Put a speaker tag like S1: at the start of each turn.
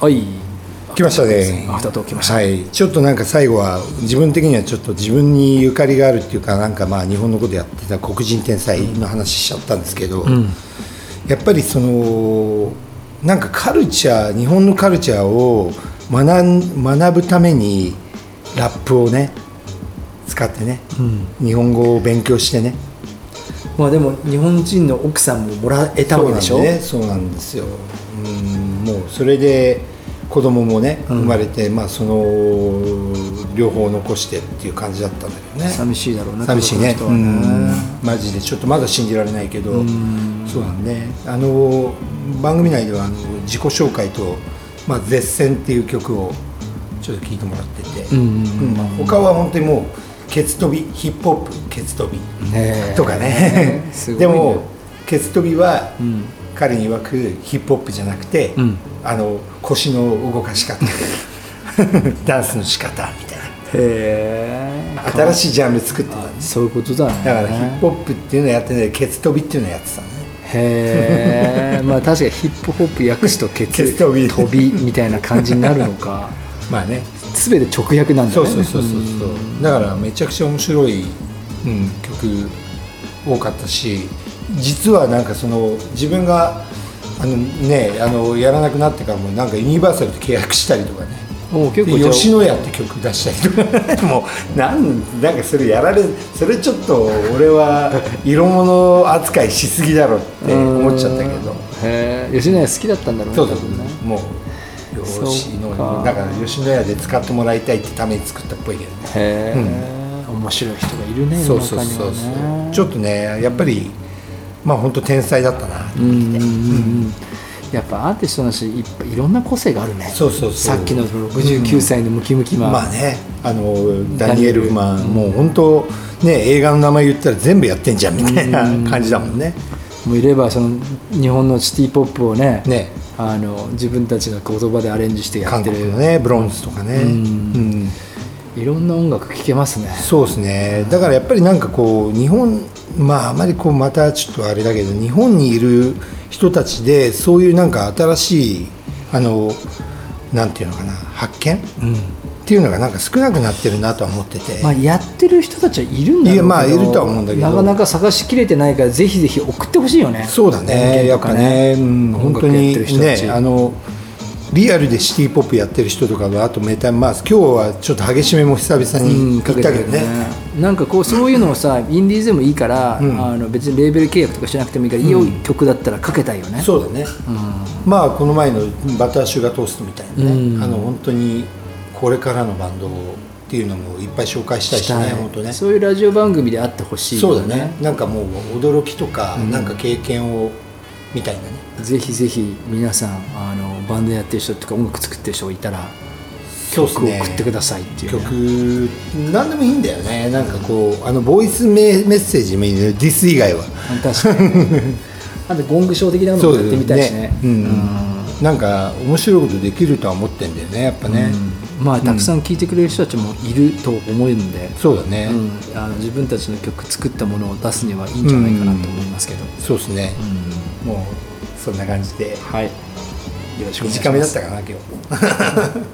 S1: はい
S2: 来ましたね
S1: あと来ました、
S2: はいちょっとなんか最後は自分的にはちょっと自分にゆかりがあるっていうかなんかまあ日本のことやってた黒人天才の話しちゃったんですけど、やっぱりそのなんかカルチャー日本のカルチャーを学ん学ぶためにラップをね使ってね、日本語を勉強してね
S1: まあでも日本人の奥さんももらえたわけでしょ
S2: そうなん,、ね、そうなんですようんもうそれで子供もね生まれて、まあその両方残してっていう感じだったんだけどね
S1: 寂しいだろうな
S2: 寂しいね
S1: 家族
S2: う
S1: の人はね
S2: んマジでちょっとまだ信じられないけどそうなんねあの番組内ではあの自己紹介と「まあ、絶戦」っていう曲をちょっと聴いてもらってて、うんまあ他は本当にもうケツ飛びヒップホップケツ飛び
S1: ねえ
S2: とかね
S1: ねすごいね
S2: でもケツ飛びは、彼に曰くヒップホップじゃなくて、
S1: ん
S2: あの腰の動かし方 ダンスの仕方みたい
S1: へ
S2: な新しいジャンル作ってたんで
S1: え
S2: す
S1: そういうことだね
S2: だからヒップホップっていうのはやってないケツ飛びっていうのをやってたのね
S1: へえまあ確かにヒップホップ訳すとケ
S2: ケ
S1: ツ
S2: ツ飛び
S1: 飛びみたいな感じになるのか
S2: まあね
S1: 全て直訳なんだ
S2: そ
S1: よ
S2: う
S1: ね
S2: そうそうそうそうだからめちゃくちゃ面白い、うん、曲多かったし実はなんかその自分があのねあのやらなくなってからもなんかユニバーサルと契約したりとかね
S1: もう結構
S2: で
S1: じゃあ
S2: 吉野家って曲出したりとか もうなんなんかそれやられそれちょっと俺は色物扱いしすぎだろって思っちゃったけど
S1: へえ吉野家好きだったんだろうね
S2: そうそう
S1: 多分ね
S2: もう
S1: そうか
S2: 吉野家だから吉野家で使ってもらいたいってために作ったっぽいけどね
S1: へえ、面白い人がいるね世
S2: そう
S1: の
S2: そう
S1: 中に
S2: そ
S1: は
S2: うそう
S1: ね
S2: ちょっとねやっぱりまあ本当天才だったな、
S1: うんうんうんうんやっぱアーティストの人いっぱいいろんな個性があるね
S2: そうそうそう
S1: さっきの69歳のムキムキマン、
S2: まあねあのダニエル・フマンもう本当ね映画の名前言ったら全部やってんじゃんみたいな感じだもんね
S1: もういればその日本のシティ・ポップをね
S2: ね
S1: あの自分たちの言葉でアレンジしてやっ
S2: 韓
S1: て
S2: 国
S1: る
S2: のねブロンズとかねうん
S1: いろんな音楽聴けますね
S2: そうですねだからやっぱりなんかこう日本まああまりこうまたちょっとあれだけど日本にいる人たちでそういうなんか新しいあのなんていうのかな発見、っていうのがなんか少なくなってるなとは思ってて、
S1: まあ、やってる人たちはいるんだろうけど
S2: いやまあいるとは思うんだけど
S1: なかなか探しきれてないからぜひぜひ送ってほしいよね
S2: そうだねや
S1: 音源
S2: っ
S1: とか
S2: ぱね、うん、
S1: 音
S2: 本
S1: 楽
S2: 当
S1: やって
S2: に
S1: る人たち
S2: ねあのリアルでシティ・ポップやってる人とかはあとメタンマース今日はちょっと激しめも久々
S1: う
S2: に
S1: ん、
S2: 行
S1: か
S2: っ
S1: け
S2: た
S1: て
S2: け
S1: る
S2: ど
S1: よね
S2: ね,、
S1: なんかこうそういうのを さインディーズでもいいから、
S2: ん
S1: あの別にレーベル契約とかしなくてもいいから、良い曲だったらかけたいよね
S2: そうだね、まあこの前のバターシュガートーストみたいなね、
S1: うん
S2: あの本当にこれからのバンドっていうのもいっぱい紹介したいしね本当ね
S1: そういうラジオ番組であってほしい
S2: そ
S1: よ
S2: うだねなんかもう驚きとか、なんか経験をみたいなね
S1: ぜひぜひ皆さんあのバンドやってる人とか音楽作ってる人がいたら
S2: そうです
S1: 曲を
S2: ね
S1: 送ってくださいっていうね、
S2: 曲何でもいいんだよねなんかこうあのボイスメメッセージもいいねディス以外は
S1: 確かにあとゴングショー的なのもやってみたいしね
S2: そうだようんなんか面白いことできるとは思ってんだよねやっぱね、
S1: うんまあたくさん聴いてくれる人たちもいると思うんで、
S2: そうだね、
S1: うんあの自分たちの曲作ったものを出すにはいいんじゃないかなと思いますけど、
S2: そうですね、もうそんな感じで
S1: はいよろしくお願いします
S2: 短めだったかな今日